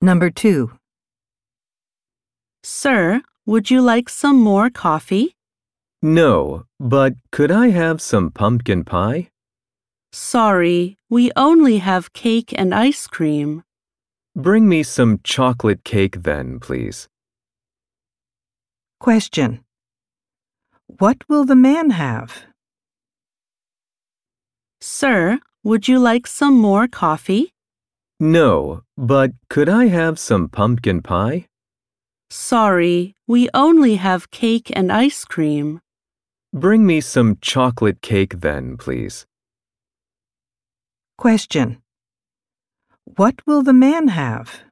Number 2. Sir, would you like some more coffee? No, but could I have some pumpkin pie? Sorry, we only have cake and ice cream. Bring me some chocolate cake then, please. Question. What will the man have? Sir, would you like some more coffee? No, but could I have some pumpkin pie? Sorry, we only have cake and ice cream. Bring me some chocolate cake then, please. Question. What will the man have?